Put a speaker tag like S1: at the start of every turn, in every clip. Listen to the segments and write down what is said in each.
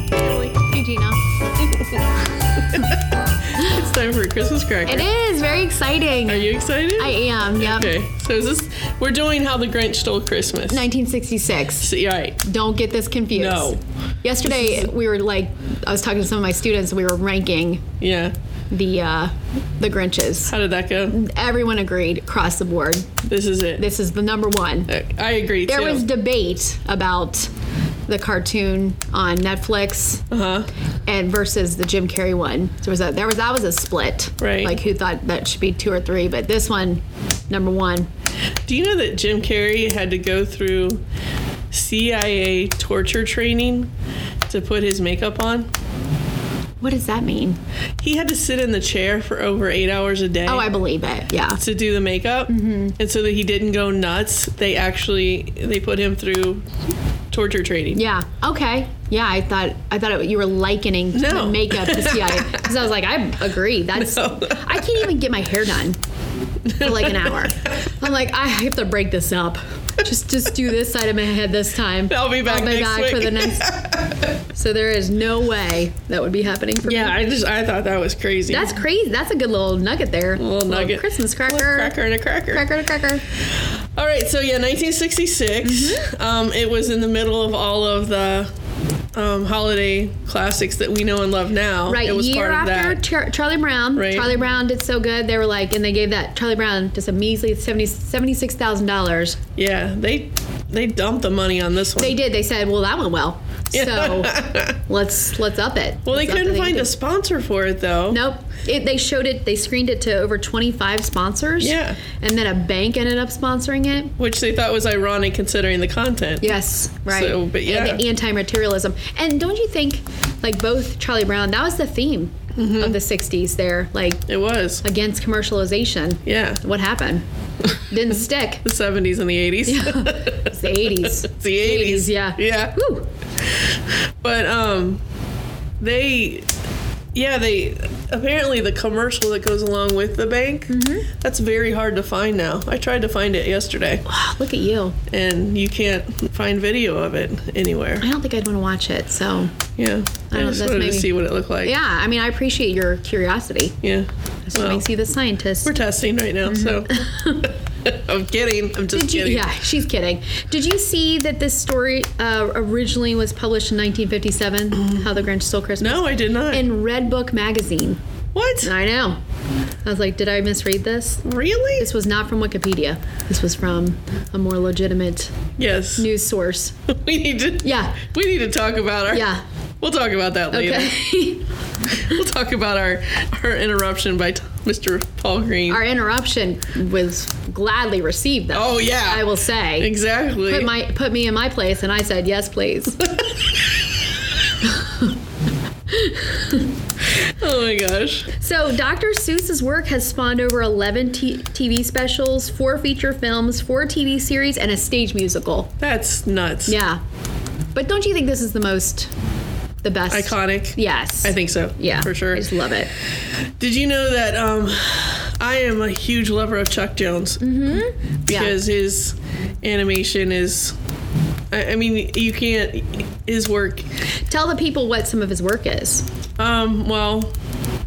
S1: Nutcracker.
S2: It is very exciting.
S1: Are you excited?
S2: I am. Yep.
S1: Okay, so is this we're doing how the Grinch stole Christmas?
S2: 1966.
S1: See, all right.
S2: Don't get this confused.
S1: No.
S2: Yesterday we were like, I was talking to some of my students. We were ranking
S1: Yeah.
S2: the uh, the Grinches.
S1: How did that go?
S2: Everyone agreed across the board.
S1: This is it.
S2: This is the number one.
S1: Uh, I agree
S2: There
S1: too.
S2: was debate about the cartoon on Netflix
S1: uh-huh.
S2: and versus the Jim Carrey one. There was a, there was that was a split.
S1: Right.
S2: Like who thought that should be two or three, but this one, number one.
S1: Do you know that Jim Carrey had to go through CIA torture training to put his makeup on?
S2: What does that mean?
S1: He had to sit in the chair for over eight hours a day.
S2: Oh, I Mm-hmm. believe it. Yeah.
S1: to do the makeup and so that he didn't go nuts they actually they put him through torture training
S2: Yeah. Okay. Yeah, I thought I thought it, you were likening
S1: No.
S2: the makeup to CIA because I was like, I agree. That's
S1: No.
S2: I can't even get my hair done for like an hour. I'm like, I have to break this up. Just just do this side of my head this time.
S1: I'll be back
S2: I'll be
S1: next
S2: back for
S1: week.
S2: the next. so there is no way that would be happening for
S1: yeah
S2: me.
S1: i just i thought that was crazy
S2: That's crazy. That's a good little nugget there.
S1: a little nugget
S2: Christmas cracker.
S1: Little cracker and a cracker
S2: Cracker to cracker.
S1: all right so yeah 1966
S2: Mm-hmm.
S1: um, it was in the middle of all of the um, holiday classics that we know and love now
S2: Right,
S1: it was
S2: year
S1: part
S2: after
S1: of that
S2: Char- Charlie Brown.
S1: Right.
S2: Charlie Brown did so good. They were like, and they gave that Charlie Brown just a measly 70, $76,000.
S1: yeah they they dumped the money on this one
S2: They did. They said, well, that went well. So let's let's up it.
S1: well they
S2: Let's up
S1: couldn't
S2: the
S1: find a
S2: ante.
S1: sponsor for it though
S2: Nope. It, they showed it. They screened it to over 25 sponsors.
S1: Yeah.
S2: And then a bank ended up sponsoring it.
S1: which they thought was ironic considering the content
S2: Yes, right.
S1: So, but yeah.
S2: And the anti-materialism. And don't you think, like both Charlie Brown, that was the theme
S1: Mm-hmm.
S2: of the '60s. There, like
S1: it was
S2: against commercialization.
S1: yeah
S2: What happened? Didn't stick.
S1: the 70s and the 80s
S2: It's the 80s.
S1: It's the 80s.
S2: yeah.
S1: Yeah.
S2: Woo.
S1: But um they yeah, they apparently the commercial that goes along with the bank,
S2: Mm-hmm.
S1: that's very hard to find now. I tried to find it yesterday
S2: Wow, look at you.
S1: and you can't find video of it anywhere.
S2: I don't think I'd want to watch it. So,
S1: Yeah. I,
S2: I don't-
S1: just
S2: that's
S1: wanted to
S2: maybe-
S1: see what it looked like.
S2: yeah, I mean, I appreciate your curiosity.
S1: Yeah.
S2: That's what
S1: Well,
S2: makes you the scientist.
S1: we're testing right now, so I'm kidding. I'm
S2: Mm-hmm.
S1: just
S2: Did you,
S1: kidding.
S2: yeah, she's kidding. Did you see that this story uh, originally was published in 1957? How the Grinch Stole Christmas?
S1: No, I did not.
S2: In Red Book magazine.
S1: what?
S2: I know. I was like, did I misread this?
S1: Really?
S2: This was not from Wikipedia. This was from a more legitimate
S1: yes.
S2: news source.
S1: we need to
S2: Yeah.
S1: We need to talk about our
S2: Yeah.
S1: We'll talk about that later.
S2: Okay.
S1: We'll talk about our our interruption by t- Mr. Paul Green.
S2: Our interruption was gladly received, though.
S1: Oh yeah,
S2: I will say.
S1: exactly.
S2: Put my put me in my place, and I said yes, please.
S1: oh my gosh,
S2: so Dr. Seuss's work has spawned over 11 t- TV specials, four feature films, four TV series, and a stage musical.
S1: that's nuts.
S2: Yeah, but don't you think this is the most, the best?
S1: iconic.
S2: Yes.
S1: I think so.
S2: Yeah.
S1: for sure.
S2: I just love it.
S1: Did you know that um, I am a huge lover of Chuck Jones
S2: Mm-hmm.
S1: because his animation is. I I mean, you can't. His work.
S2: yeah. Tell the people what some of his work is.
S1: Um. Well,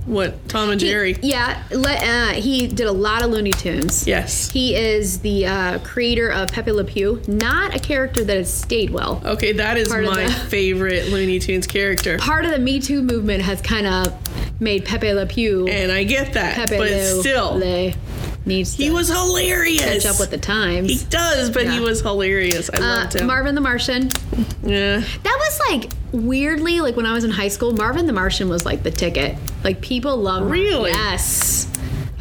S1: what Tom and Jerry.
S2: He, yeah, le- uh, he did a lot of Looney Tunes.
S1: Yes.
S2: He is the uh, creator of Pepe Le Pew, not a character that has stayed well.
S1: Okay, that is
S2: Part of
S1: my
S2: the-
S1: favorite Looney Tunes character.
S2: Part of the Me Too movement has kind of made Pepe Le Pew,
S1: And I get that,
S2: Pepe
S1: Eh, but
S2: Le,
S1: still,
S2: Le needs
S1: he
S2: to
S1: was hilarious.
S2: catch up with the
S1: He
S2: times.
S1: does, but he
S2: Yeah.
S1: was hilarious. I
S2: Uh,
S1: loved him.
S2: Marvin the Martian.
S1: yeah.
S2: That was like weirdly like when I was in high school. Marvin the Martian was like the ticket. Like people love Marvin.
S1: Really?
S2: Yes.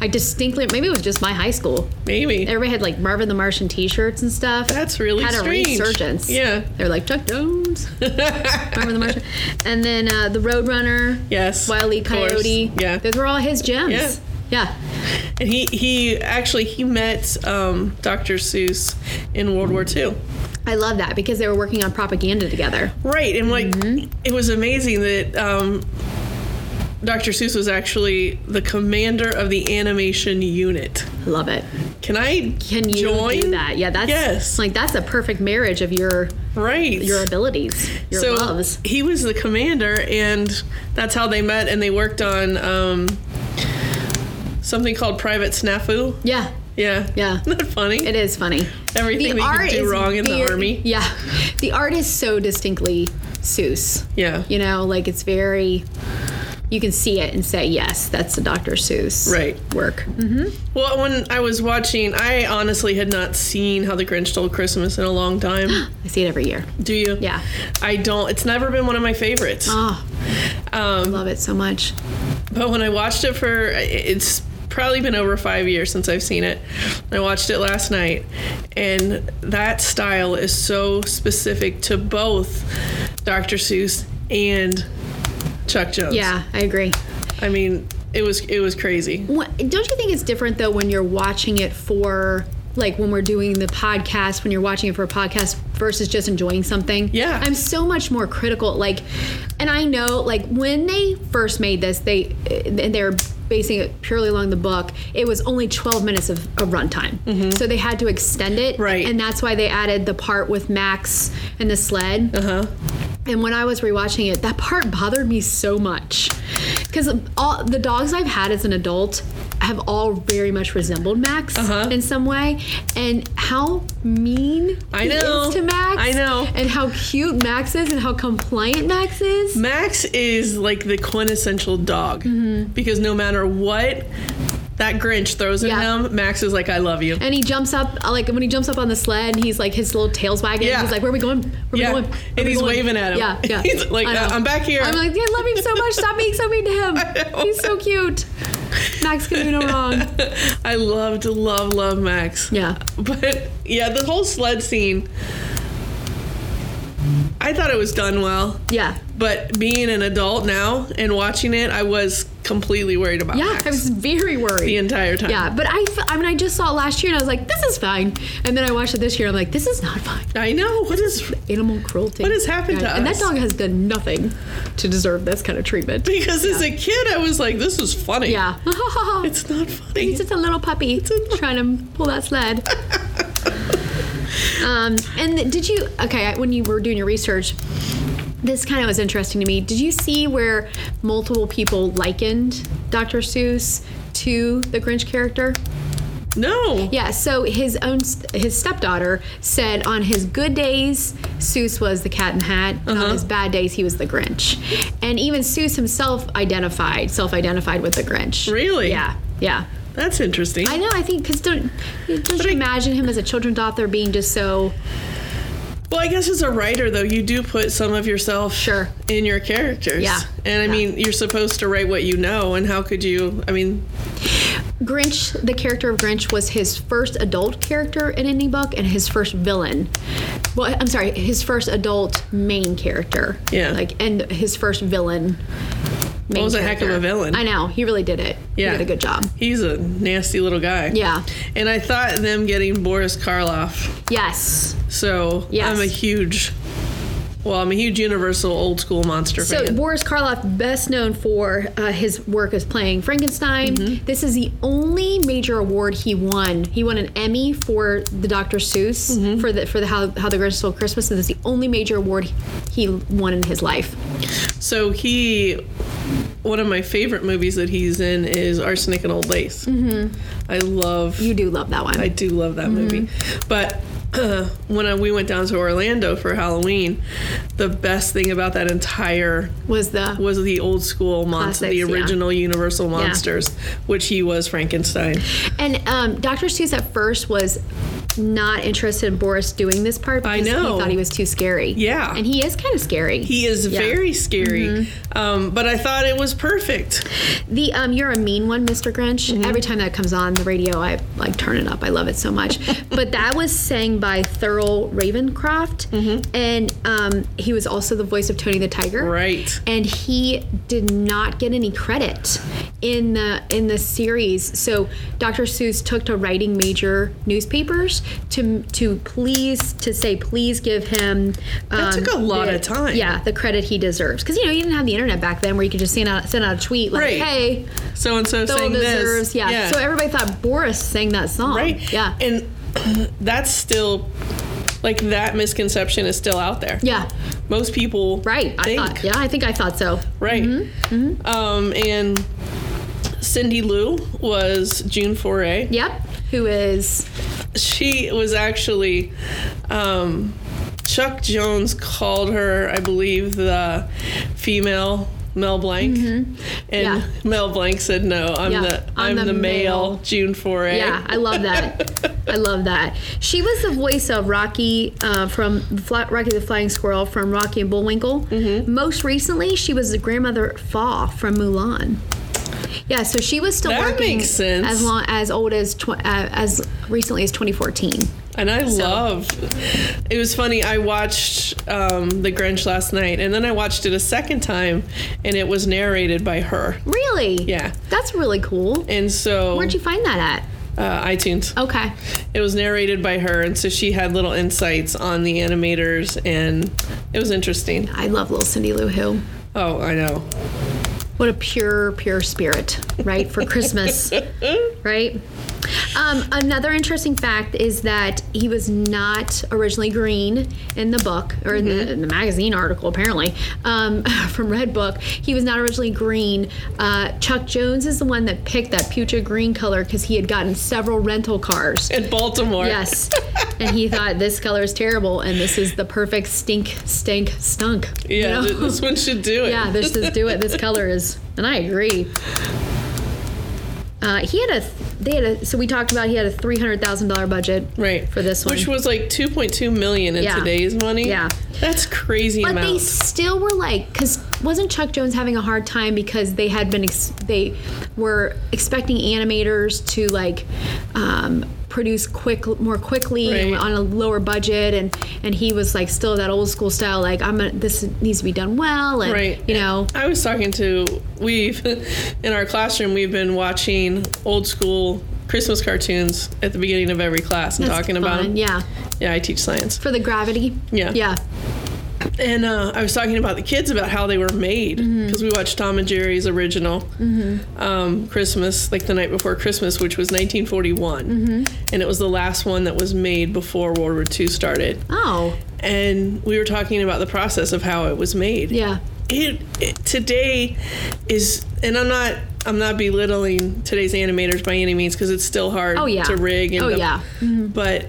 S2: I distinctly maybe it was just my high school.
S1: Maybe.
S2: Everybody had like Marvin the Martian T-shirts and stuff.
S1: That's really
S2: had
S1: strange.
S2: a resurgence.
S1: Yeah.
S2: they're like Chuck Jones, Marvin the Martian, and then uh, the Roadrunner,
S1: Yes.
S2: Wile E.
S1: of course.
S2: Coyote.
S1: Yeah.
S2: those were all his gems.
S1: Yeah.
S2: Yeah.
S1: And he he actually he met um, Dr. Seuss in World War II.
S2: I love that because they were working on propaganda together.
S1: Right, and like
S2: Mm-hmm.
S1: it was amazing that um, Dr. Seuss was actually the commander of the animation unit.
S2: I love it.
S1: Can I
S2: Can you
S1: join
S2: do that? Yeah, that's
S1: Yes.
S2: like that's a perfect marriage of your
S1: Right.
S2: your abilities, your
S1: so
S2: loves.
S1: he was the commander, and that's how they met, and they worked on um, something called Private Snafu.
S2: Yeah.
S1: Yeah.
S2: Yeah.
S1: Isn't that funny?
S2: It is funny.
S1: Everything that you could do
S2: is
S1: wrong in the
S2: very-
S1: army.
S2: Yeah. The art is so distinctly Seuss.
S1: Yeah.
S2: You know, like it's very you can see it and say, yes, that's the Dr. Seuss
S1: Right. Mm-hmm.
S2: work.
S1: Well, when I was watching, I honestly had not seen How the Grinch Stole Christmas in a long time.
S2: I see it every year.
S1: Do you?
S2: Yeah.
S1: I don't. It's never been one of my favorites.
S2: Oh,
S1: Ah, Um,
S2: love it so much.
S1: but when I watched it for, it's probably been over five years since I've seen it. I watched it last night, and that style is so specific to both Dr. Seuss and Chuck Jones.
S2: Yeah, I agree.
S1: I mean, it was it was crazy.
S2: What, don't you think it's different though when you're watching it for like when we're doing the podcast when you're watching it for a podcast versus just enjoying something
S1: Yeah.
S2: i'm so much more critical like and i know like when they first made this they and they're basing it purely along the book it was only 12 minutes of, of runtime so they had to extend it
S1: Mm-hmm. Right.
S2: and that's why they added the part with max and the sled
S1: Uh huh.
S2: and when I was rewatching it, that part bothered me so much because all the dogs I've had as an adult have all very much resembled Max
S1: Uh-huh.
S2: in some way, and how mean
S1: I
S2: he
S1: know.
S2: is to Max.
S1: I know.
S2: and how cute Max is, and how compliant Max is.
S1: Max is like the quintessential dog
S2: Mm-hmm.
S1: because no matter what that Grinch throws at
S2: Yeah.
S1: him, Max is like, "I love you."
S2: and he jumps up, like when he jumps up on the sled, and he's like his little tails wagging.
S1: Yeah.
S2: He's like, "Where are we going? Where are
S1: Yeah.
S2: we going?" Where
S1: And
S2: we
S1: he's
S2: going?"
S1: waving at him.
S2: Yeah, yeah.
S1: He's like,
S2: I know.
S1: "Uh, I'm back here."
S2: I'm like, "I love him so much. Stop being so mean to
S1: know.
S2: him. He's so cute. Max can do no wrong."
S1: I loved, love, love Max.
S2: Yeah.
S1: But yeah, the whole sled scene, I thought it was done well.
S2: Yeah.
S1: But being an adult now and watching it, I was completely worried about
S2: Yeah,
S1: Max
S2: I was very worried.
S1: the entire time.
S2: yeah, but I, f- I mean, I just saw it last year and I was like, this is fine. And then I watched it this year and I'm like, this is not fine.
S1: I know. What is
S2: Animal cruelty.
S1: What has happened to
S2: And
S1: us?
S2: that dog has done nothing to deserve this kind of treatment.
S1: because as a kid, I was like, "This is funny."
S2: Yeah.
S1: It's not funny.
S2: He's just a little puppy trying to pull that sled. um, and did you, okay, when you were doing your research, this kind of was interesting to me. Did you see where multiple people likened Dr. Seuss to the Grinch character?
S1: no.
S2: Yeah, so his own his stepdaughter said on his good days Seuss was the Cat in the Hat, and on his bad days he was the Grinch. And even Seuss himself identified, self-identified with the Grinch.
S1: Really?
S2: Yeah. Yeah.
S1: That's interesting.
S2: I know, I think cuz don't don't you imagine him as a children's author being just so
S1: Well, I guess as a writer, though, you do put some of yourself
S2: Sure.
S1: in your characters.
S2: Yeah.
S1: And I
S2: Yeah.
S1: mean, you're supposed to write what you know, and how could you? I mean,
S2: Grinch, the character of Grinch, was his first adult character in any book and his first villain. Well, I'm sorry, his first adult main character.
S1: Yeah.
S2: Like, and his first villain. Main
S1: was a heck of a
S2: character.
S1: villain.
S2: I know. He really did it.
S1: Yeah.
S2: He did a good job.
S1: he's a nasty little guy.
S2: Yeah.
S1: And I thought them getting Boris Karloff.
S2: Yes.
S1: So
S2: Yes.
S1: I'm a huge, well, I'm a huge Universal old school monster
S2: So
S1: fan.
S2: Boris Karloff, best known for uh, his work as playing Frankenstein.
S1: Mm-hmm.
S2: This is the only major award he won. He won an Emmy for the Dr. Seuss
S1: Mm-hmm.
S2: for the for the How, How the Grinch Stole Christmas. This is the only major award he won in his life.
S1: So he, one of my favorite movies that he's in is Arsenic and Old Lace. Mm-hmm. I love.
S2: You do love that one.
S1: I do love that movie.
S2: Mm-hmm.
S1: But uh, when I, we went down to Orlando for Halloween, the best thing about that entire
S2: was the
S1: was the old school monster, the
S2: Classics, yeah.
S1: original Universal monsters, which he was Frankenstein.
S2: and um, Dr. Seuss at first was not interested in Boris doing this part
S1: I
S2: because
S1: know.
S2: he thought he was too scary.
S1: Yeah.
S2: and he is kind of scary.
S1: He is
S2: Yeah. Mm-hmm.
S1: very scary, um, but I thought it was perfect.
S2: The um, you're a mean one, Mr. Grinch.
S1: Mm-hmm.
S2: Every time that comes on the radio, I like turn it up. I love it so much. but that was sang by Thurl Ravencroft,
S1: Mm-hmm.
S2: and um, he was also the voice of Tony the Tiger.
S1: Right.
S2: And he did not get any credit in the in the series. So Dr. Seuss took to writing major newspapers to to please to say please give him. That
S1: took a lot of time.
S2: Yeah, the credit he deserves because you know you didn't have the internet back then where you could just send out send out a tweet like,
S1: Right.
S2: hey.
S1: So and so
S2: Bill
S1: saying
S2: deserves,
S1: this,
S2: yeah. So everybody thought Boris sang that song,
S1: right,
S2: Yeah,
S1: and that's still like that misconception is still out there.
S2: yeah,
S1: most people
S2: right. I Mm-hmm.
S1: think
S2: thought, yeah, I think I thought so.
S1: right? Um, and Cindy Lou was June Foray.
S2: Yep. Who is
S1: she was actually um, Chuck Jones called her, I believe, the female Mel Blank, and
S2: Mm-hmm. Yeah.
S1: Mel Blank said, "No, I'm
S2: Yeah,
S1: the
S2: I'm
S1: I'm, the,
S2: the
S1: male,
S2: male."
S1: June Foray."
S2: Yeah, I love that. I love that. She was the voice of Rocky uh, from Fla- Rocky the Flying Squirrel from Rocky and Bullwinkle.
S1: Mm-hmm.
S2: Most recently, she was the grandmother Fa from Mulan. Yeah, so she was still
S1: That
S2: working
S1: makes sense.
S2: as long as old as tw- uh, as recently as 2014.
S1: And I love. It was funny. I watched um, The Grinch last night, and then I watched it a second time, and it was narrated by her.
S2: Really?
S1: Yeah.
S2: That's really cool.
S1: And so
S2: Where'd you find that
S1: uh, iTunes.
S2: at? Okay.
S1: It was narrated by her, and so she had little insights on the animators, and it was interesting.
S2: I love little Cindy Lou Who.
S1: Oh, I know.
S2: What a pure, pure spirit, right? For Christmas, right? Um, another interesting fact is that he was not originally green in the book or in, the, in the magazine article, apparently, um, from Red Book. He was not originally green. Uh, Chuck Jones is the one that picked that pucha green color because he had gotten several rental cars.
S1: In Baltimore.
S2: Yes. and he thought this color is terrible and this is the perfect stink, stink, stunk. you
S1: Yeah,
S2: know?
S1: th- this one should do it.
S2: Yeah, this is do it. This color is, and I agree. Uh, he had a, they had a. So we talked about he had a three hundred thousand dollar budget,
S1: Right.
S2: for this one.
S1: Which was like 2.2 million in
S2: Yeah.
S1: today's money.
S2: Yeah.
S1: That's crazy
S2: but they
S1: amount.
S2: still were like, because wasn't Chuck Jones having a hard time because they had been, ex- they were expecting animators to like. Um, produce quick more quickly and
S1: Right.
S2: on a lower budget and and he was like still that old school style like i'm gonna this needs to be done well and
S1: Right.
S2: you know
S1: I was talking to we've in our classroom we've been watching old school Christmas cartoons at the beginning of every class and
S2: that's
S1: talking about
S2: fun.
S1: them.
S2: yeah
S1: Yeah, I teach science.
S2: for the gravity
S1: Yeah.
S2: yeah
S1: And uh, I was talking about the kids about how they were made
S2: Mm-hmm.
S1: because we watched Tom and Jerry's original um, Christmas, like the night before Christmas, which was 1941,
S2: Mm-hmm.
S1: and it was the last one that was made before World War II started.
S2: oh
S1: And we were talking about the process of how it was made.
S2: yeah
S1: It, it today is, and I'm not. I'm not belittling today's animators by any means because it's still hard
S2: Oh, yeah.
S1: to rig. And
S2: Oh,
S1: the-
S2: yeah.
S1: But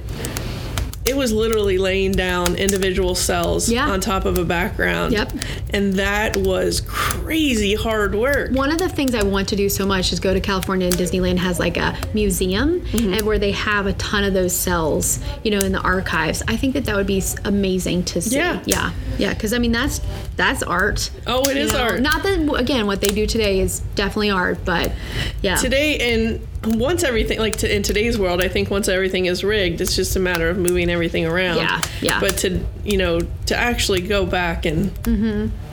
S1: it was literally laying down individual cells
S2: Yeah.
S1: on top of a background.
S2: Yep.
S1: And that was crazy hard work.
S2: One of the things I want to do so much is go to California and Disneyland has like a museum
S1: Mm-hmm.
S2: and where they have a ton of those cells, you know, in the archives. I think that that would be s- amazing to see.
S1: Yeah.
S2: yeah, yeah. Because I mean, that's that's art.
S1: Oh, it
S2: you
S1: is
S2: know?
S1: art.
S2: Not that again, what they do today is definitely art, but yeah,
S1: today and once everything like to, in today's world i think once everything is rigged it's just a matter of moving everything around
S2: Yeah, yeah.
S1: but to you know to actually go back and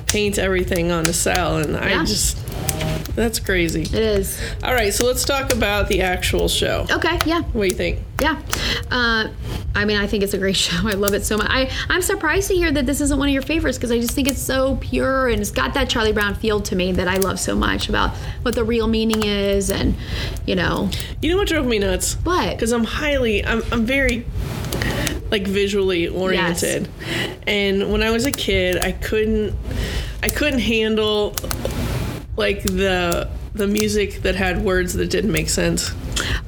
S1: paint everything on the cell and i
S2: Mm-hmm. Yeah.
S1: just that's crazy
S2: it is.
S1: all right so let's talk about the actual show
S2: Okay, yeah.
S1: what do you think
S2: Yeah. Uh, I mean, I think it's a great show. I love it so much. I, I'm surprised to hear that this isn't one of your favorites because I just think it's so pure and it's got that Charlie Brown feel to me that I love so much about what the real meaning is and, you know,
S1: you know what drove me nuts
S2: but.
S1: because i'm highly I'm, I'm very like visually oriented and when i was a kid i couldn't i couldn't handle like the the music that had words that didn't make sense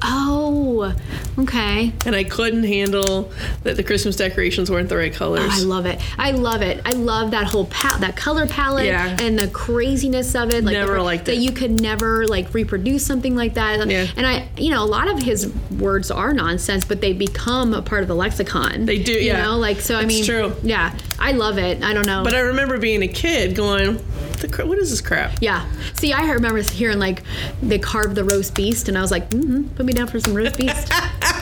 S2: Oh, okay.
S1: and i couldn't handle that the christmas decorations weren't the right colors
S2: I love it. I love it. I love that whole pa- that color palette
S1: Yeah.
S2: and the craziness of it. Like
S1: Never
S2: the-
S1: liked
S2: that
S1: it.
S2: you could never like reproduce something like that.
S1: Yeah.
S2: And I, you know, a lot of his words are nonsense, but they become a part of the lexicon.
S1: They do,
S2: You
S1: yeah.
S2: know, like so. I
S1: It's
S2: mean,
S1: true.
S2: Yeah, I love it. I don't know.
S1: but i remember being a kid going the cr- what is this crap
S2: yeah. See, I remember hearing like they carved the roast beast, and I was like, mm-hmm, put me down for some roast beast.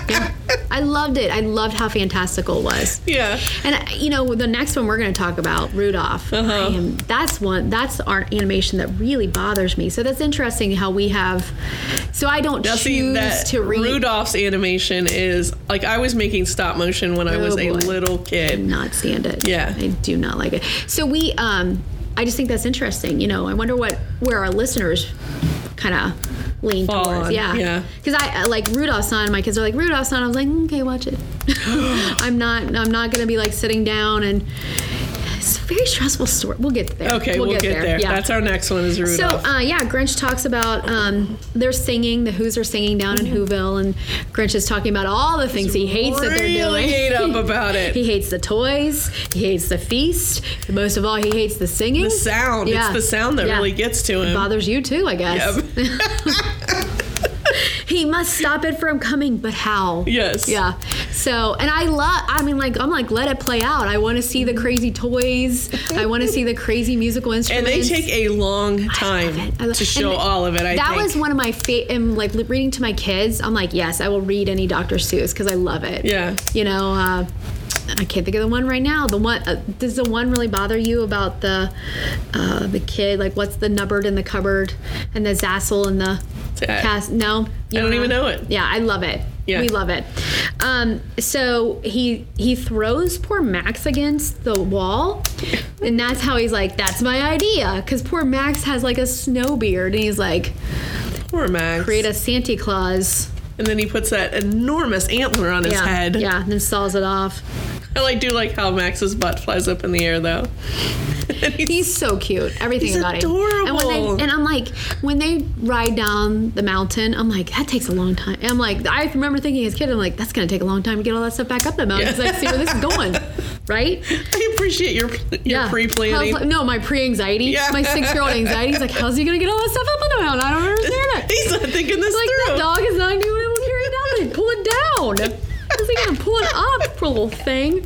S2: yeah. I loved it. I loved how fantastical it was.
S1: yeah
S2: And uh, you know, the next one we're going to talk about Rudolph.
S1: Uh-huh.
S2: I am, that's one. That's art animation that really bothers me. So that's interesting how we have. So I don't
S1: Now,
S2: choose
S1: see, that
S2: to read.
S1: Rudolph's animation is like I was making stop motion when I
S2: Oh,
S1: was a
S2: boy.
S1: little kid.
S2: Not stand it.
S1: Yeah.
S2: I do not like it. So we. um I just think that's interesting. You know, I wonder what where our listeners kind of lean
S1: Fall
S2: towards.
S1: on,
S2: yeah.
S1: yeah.
S2: Because I I like Rudolph's on. My kids are like Rudolph's on. I was like, okay, watch it. I'm not. I'm not going to be like sitting down and it's a very stressful story. We'll get there.
S1: Okay, we'll, get, there. That's our next one is
S2: So
S1: Rudolph.
S2: uh, yeah, Grinch talks about um, they're singing. The Who's are singing down in
S1: Mm.
S2: Whoville, and Grinch is talking about all the things he hates that they're
S1: really
S2: doing.
S1: ate up about it.
S2: he hates the toys. He hates the feast. and most of all, he hates the singing.
S1: the sound.
S2: Yeah.
S1: It's the sound that
S2: Yeah.
S1: really gets to
S2: It
S1: him.
S2: bothers you too, I guess.
S1: Yep.
S2: He must stop it from coming, but how?
S1: Yes.
S2: Yeah. So, and I love. I mean, like, I'm like, let it play out. I want to see the crazy toys. I want to see the crazy musical
S1: Mm-hmm. and
S2: instruments.
S1: they take a long
S2: I
S1: time
S2: love it. I love-
S1: to show
S2: and
S1: all of it. I
S2: that
S1: think.
S2: was one of my favorite. And like li- reading to my kids, I'm like, yes, I will read any Dr. Seuss because I love it.
S1: Yeah.
S2: You know, uh, I can't think of the one right now. The one uh, does the one really bother you about the uh, the kid? Like, what's the nubbard in the cupboard and the zassel and the
S1: Uh,
S2: cast? No, you
S1: I don't even know it.
S2: Yeah, I love it.
S1: Yeah.
S2: We love it. Um, so he he throws poor Max against the wall, and that's how he's like, "That's my idea," because poor Max has like a snow beard, and he's like,
S1: Poor Max.
S2: "Create a Santa Claus."
S1: and then he puts that enormous antler on his
S2: yeah,
S1: head.
S2: yeah, and then saws it off.
S1: I like do like how Max's butt flies up in the air though. and he's
S2: He's so cute. Everything
S1: He's
S2: about him. And, when
S1: adorable.
S2: they, and I'm like, when they ride down the mountain, I'm like, that takes a long time. And I'm like, I remember thinking as a kid, I'm like, that's gonna take a long time to get all that stuff back up that mountain.
S1: Yeah.
S2: Because I see where this is going, right?
S1: I appreciate your your pre-planning.
S2: How's- no, my pre-anxiety.
S1: Yeah.
S2: My six-year-old anxiety is like, how's he gonna get all that stuff up on the mountain? I don't understand it.
S1: He's not thinking this
S2: Like
S1: through.
S2: that dog is not gonna be able to carry it down. Pull it down. How's he gonna pull it up, poor little thing?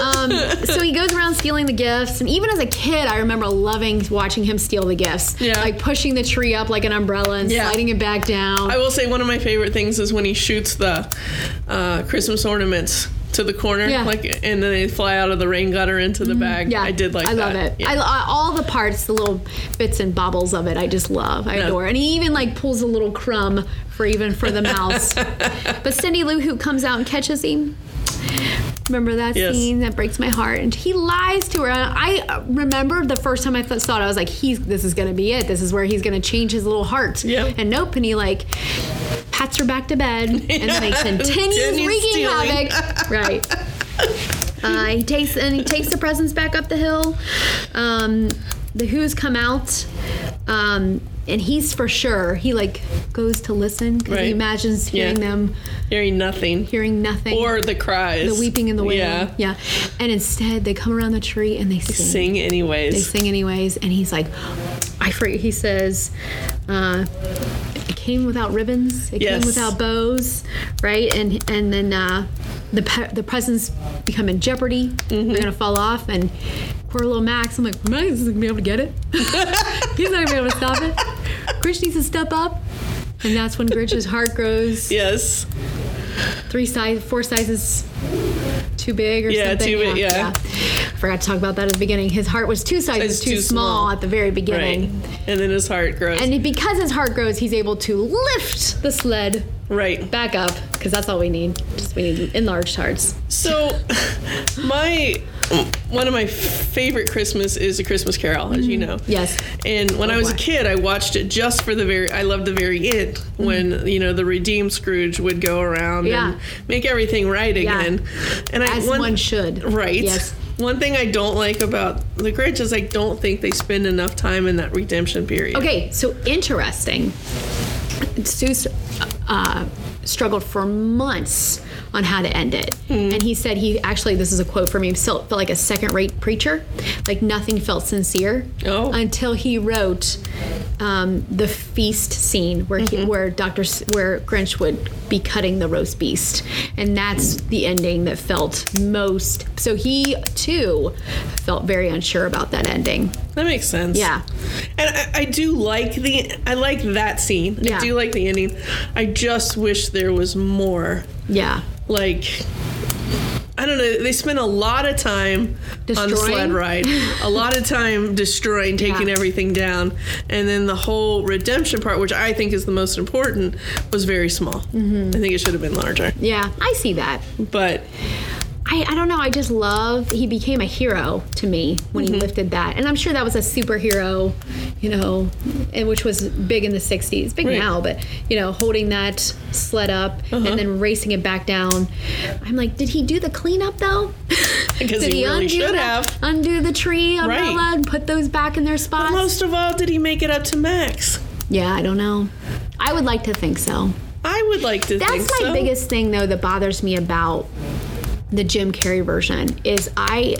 S2: Um, so he goes around stealing the gifts, and even as a kid, I remember loving watching him steal the gifts.
S1: Yeah.
S2: Like pushing the tree up like an umbrella and
S1: Yeah.
S2: sliding it back down.
S1: I will say one of my favorite things is when he shoots the uh, Christmas ornaments to the corner,
S2: Yeah. Mm-hmm.
S1: like, and then they fly out of the rain gutter into the bag.
S2: Yeah,
S1: I did like
S2: I
S1: that.
S2: love it.
S1: Yeah.
S2: I, I, all the parts, the little bits and bobbles of it, I just love. I
S1: Yeah.
S2: adore. And he even like pulls a little crumb for even for the mouse. but Cindy Lou Who comes out and catches him. Remember that
S1: Yes.
S2: scene that breaks my heart, and he lies to her. I I remember the first time I th- saw it, I was like, "He's this is gonna be it. This is where he's gonna change his little heart."
S1: Yep.
S2: And nope, and he like pats her back to bed, and then he continues
S1: Continues
S2: wreaking
S1: stealing.
S2: havoc. Right. Uh, he takes and he takes the presents back up the hill. Um, the Who's come out, um, and he's for sure. He like goes to listen because
S1: Right.
S2: he imagines
S1: Yeah.
S2: hearing them,
S1: Hearing nothing.
S2: hearing nothing,
S1: Or the cries.
S2: the weeping and the wailing.
S1: Yeah.
S2: yeah. And instead, they come around the tree and they sing.
S1: Sing
S2: They
S1: anyways.
S2: sing anyways, and he's like, I forget. He says. Uh, it came without ribbons. It
S1: Yes.
S2: came without bows, right? And and then uh, the pe- the presents become in jeopardy.
S1: Mm-hmm.
S2: They're gonna fall off, and poor little Max. I'm like, Max isn't gonna be able to get it. He's not gonna be able to stop it. Grinch needs to step up, and that's when Grinch's heart grows
S1: yes.
S2: three size, four sizes too big or
S1: Yeah,
S2: something.
S1: too big, yeah.
S2: Forgot to talk about that at the beginning. His heart was two sizes
S1: It's
S2: too,
S1: too
S2: small,
S1: small.
S2: at the very
S1: Right.
S2: beginning.
S1: And then his heart grows.
S2: And because his heart grows, he's able to lift the sled
S1: right.
S2: back up because that's all we need. Just we need enlarged hearts.
S1: So, my one of my favorite Christmas is A Christmas Carol, as you know.
S2: Mm-hmm. Yes.
S1: And when I was a
S2: boy.
S1: kid, I watched it just for the very. I loved the very end when you know the redeemed Scrooge would go around
S2: Mm-hmm. Yeah.
S1: and make everything right
S2: Yeah.
S1: again. And I
S2: As one, should.
S1: Right.
S2: Yes.
S1: One thing I don't like about the Grinch is I don't think they spend enough time in that redemption period.
S2: Okay, so interesting. Seuss uh, struggled for months on how to end it. And he said he actually, this is a quote from him, felt, felt like a second rate preacher. Like nothing felt sincere
S1: Oh.
S2: until he wrote um, the feast scene where he, where Dr. S- where Grinch would be cutting the roast beast. And that's the ending that felt most. So he too felt very unsure about that ending.
S1: That makes sense.
S2: Yeah.
S1: And I, I do like the I like that scene. I
S2: Yeah.
S1: do like the ending. I just wish there was more.
S2: Yeah.
S1: Like I don't know. They spent a lot of time on the sled
S2: Destroying?
S1: ride, a lot of time destroying, taking
S2: Yeah.
S1: everything down, and then the whole redemption part, which I think is the most important,
S2: Mm-hmm.
S1: was very small. I think it should have been larger.
S2: Yeah, I see that.
S1: But
S2: I, I don't know. I just love he became a hero to me when
S1: Mm-hmm.
S2: he lifted that, and I'm sure that was a superhero, you know, and which was big in the '60s, big
S1: Right. Uh-huh.
S2: now, but you know, holding that sled up and then racing it back down. I'm like, did he do the cleanup though?
S1: Because
S2: did
S1: he really
S2: undo
S1: should
S2: the-
S1: have.
S2: undo the tree umbrella
S1: Right. Uh-huh.
S2: and put those back in their spots?
S1: Most of all, did he make it up to Max?
S2: Yeah, I don't know. I would like to think so.
S1: I would like to
S2: That's
S1: think
S2: my
S1: so.
S2: biggest thing though that bothers me about the Jim Carrey version is I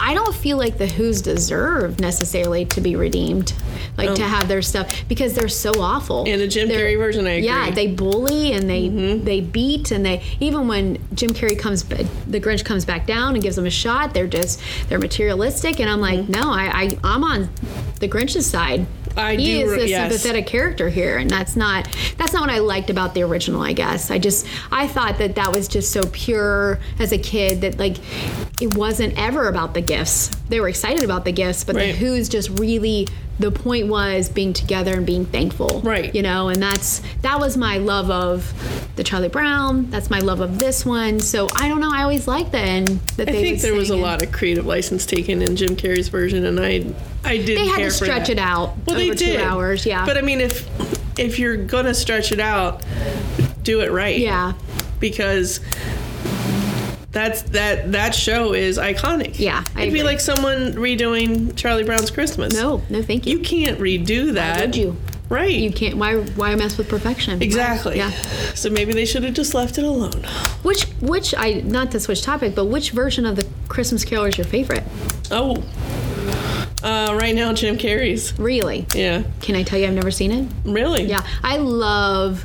S2: I don't feel like the Who's deserve necessarily to be redeemed, like to have their stuff because they're so awful.
S1: Oh. In the Jim
S2: They're-
S1: Carrey version, I agree. Mm-hmm.
S2: Yeah, they bully and they they beat and they even when Jim Carrey comes, ba- the Grinch comes back down and gives them a shot. They're just they're materialistic, and I'm like,
S1: Mm-hmm.
S2: no, I, I I'm on the Grinch's side.
S1: I
S2: he
S1: do
S2: is
S1: re-
S2: the
S1: yes.
S2: sympathetic character here, and that's not that's not what I liked about the original. I guess I just I thought that that was just so pure as a kid that like it wasn't ever about the gifts. They were excited about the gifts, but
S1: Right.
S2: the Who's just really. The point was being together and being thankful
S1: Right.
S2: you know and that's that was my love of the charlie brown that's my love of this one so i don't know i always liked the end that
S1: I
S2: they
S1: think
S2: would
S1: there was a
S2: sing, and
S1: lot of creative license taken in Jim Carrey's version, and I, I did.
S2: they had
S1: care
S2: to
S1: for
S2: stretch
S1: that.
S2: it out
S1: Well,
S2: over
S1: they did.
S2: two hours yeah
S1: But I mean, if if you're gonna stretch it out, do it right.
S2: yeah
S1: Because that's that that show is iconic.
S2: Yeah, I
S1: It'd be
S2: agree.
S1: like someone redoing Charlie Brown's Christmas.
S2: no no thank you
S1: you can't redo that.
S2: would you?
S1: Right.
S2: you can't why why mess with perfection Why-
S1: Exactly.
S2: yeah
S1: So maybe they should have just left it alone.
S2: which which i not to switch topic but which version of the christmas carol is your favorite
S1: Oh. Uh, right now, Jim Carrey's.
S2: really
S1: Yeah.
S2: can i tell you i've never seen it
S1: Really?
S2: yeah i love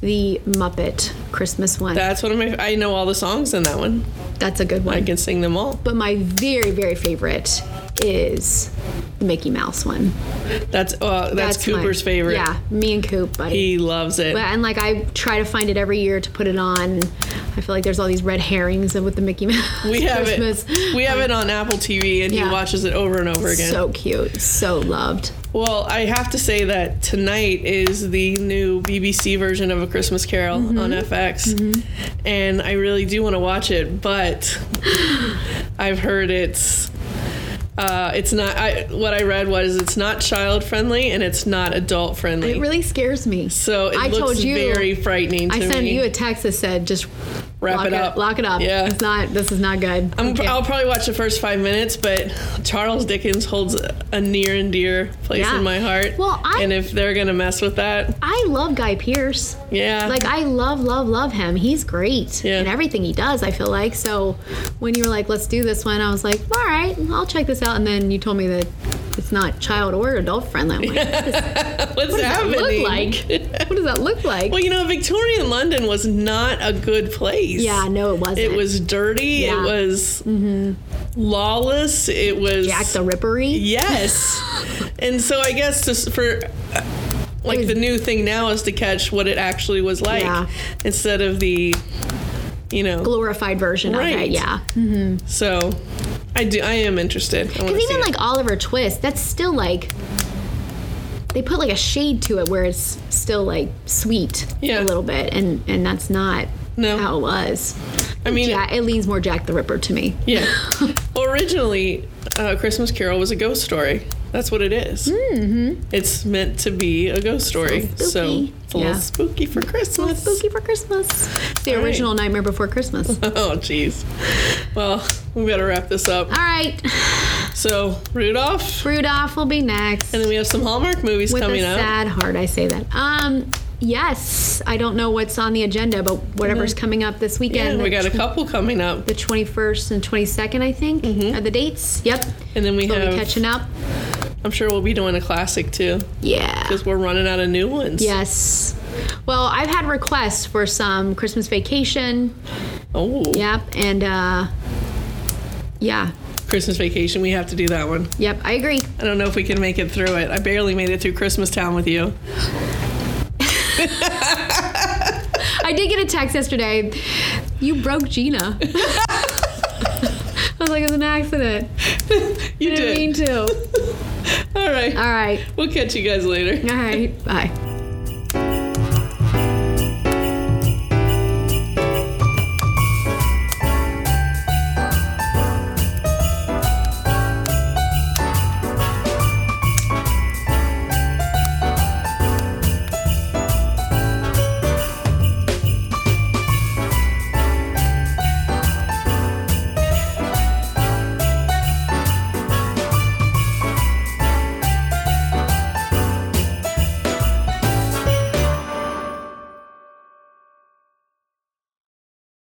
S2: the muppet christmas one
S1: That's one of my. I know all the songs in that one.
S2: that's a good one
S1: I can sing them all.
S2: But my very, very favorite is the Mickey Mouse one.
S1: That's uh, that's,
S2: my-
S1: Cooper's favorite.
S2: Yeah, me and Coop, buddy.
S1: He loves it.
S2: But- and like I try to find it every year to put it on. I feel like there's all these red herrings with the Mickey Mouse.
S1: we have
S2: Christmas.
S1: it. We have it on Apple TV, and he
S2: Yeah.
S1: watches it over and over again.
S2: So cute, so loved.
S1: well, I have to say that tonight is the new BBC version of A Christmas Carol
S2: Mm-hmm.
S1: on FX, and I really do want to watch it, but I've heard it's. Uh, it's not. I, what I read was it's not child friendly and it's not adult friendly.
S2: It really scares me.
S1: so it
S2: I
S1: looks
S2: told you.
S1: very frightening to
S2: I sent
S1: me.
S2: you a text that said just
S1: Wrap
S2: lock
S1: it up.
S2: Lock it up.
S1: Yeah.
S2: It's not. This is not good.
S1: I'm,
S2: Okay.
S1: I'll probably watch the first five minutes, but Charles Dickens holds a near and dear place
S2: Yeah.
S1: in my heart.
S2: Well, I-
S1: and if they're gonna mess with that,
S2: I love Guy Pearce.
S1: yeah,
S2: Like I love, love, love him. He's great
S1: Yeah.
S2: in everything he does. I feel like so. When you were like, "Let's do this one," I was like, "All right, I'll check this out." And then you told me that it's not child or adult friendly. I'm like,
S1: what's
S2: what does that
S1: happening?
S2: look like? What does that look like?
S1: Well, you know, Victorian London was not a good place.
S2: yeah, no, it wasn't.
S1: it was dirty. It
S2: Yeah. Mm-hmm.
S1: was lawless. It was
S2: Jack the Rippery.
S1: Yes, and so I guess just for. uh, Like
S2: was-
S1: the new thing now is to catch what it actually was like
S2: Yeah.
S1: instead of the, you know,
S2: Glorified version of
S1: Right.
S2: it, yeah.
S1: So, I do. I am interested. I wanna
S2: Because
S1: see
S2: even
S1: it.
S2: like Oliver Twist, that's still like they put like a shade to it where it's still like sweet
S1: Yeah.
S2: a little bit, and and that's not
S1: No.
S2: how it was.
S1: I mean,
S2: yeah, it leans more Jack the Ripper to me.
S1: yeah. Originally, uh, Christmas Carol was a ghost story. That's what it is. Mm-hmm. It's meant to be a ghost story.
S2: little
S1: So
S2: spooky.
S1: it's a little
S2: Yeah.
S1: spooky for Christmas.
S2: Spooky for Christmas. The
S1: All
S2: original Nightmare Before Christmas. All
S1: Oh, jeez. Well, we better wrap this up.
S2: right, Ah.
S1: So Rudolph,
S2: Rudolph will be next.
S1: and then we have some Hallmark movies
S2: With a
S1: coming up.
S2: sad heart, I say that. Um, yes, I don't know what's on the agenda, but whatever's coming up this
S1: Mm-hmm. Yeah,
S2: weekend.
S1: we
S2: the
S1: got a
S2: tw-
S1: couple coming up,
S2: the 21st and 22nd, I think,
S1: Mm-hmm.
S2: are the dates. Yep.
S1: and then we
S2: We'll be
S1: have.
S2: catching up.
S1: I'm sure we'll be doing a classic too,
S2: Yeah.
S1: because we're running out of new ones.
S2: Yes. Well, I've had requests for some Christmas vacation.
S1: Oh.
S2: Yep. And, uh, yeah.
S1: Christmas vacation. We have to do that one.
S2: Yep. I agree.
S1: I don't know if we can make it through it. I barely made it through Christmas Town with you.
S2: I did get a text yesterday. You broke Gina. I was like, it was an accident.
S1: You
S2: I didn't mean
S1: did.
S2: to.
S1: All right.
S2: All right.
S1: We'll catch you guys later.
S2: All right. Bye.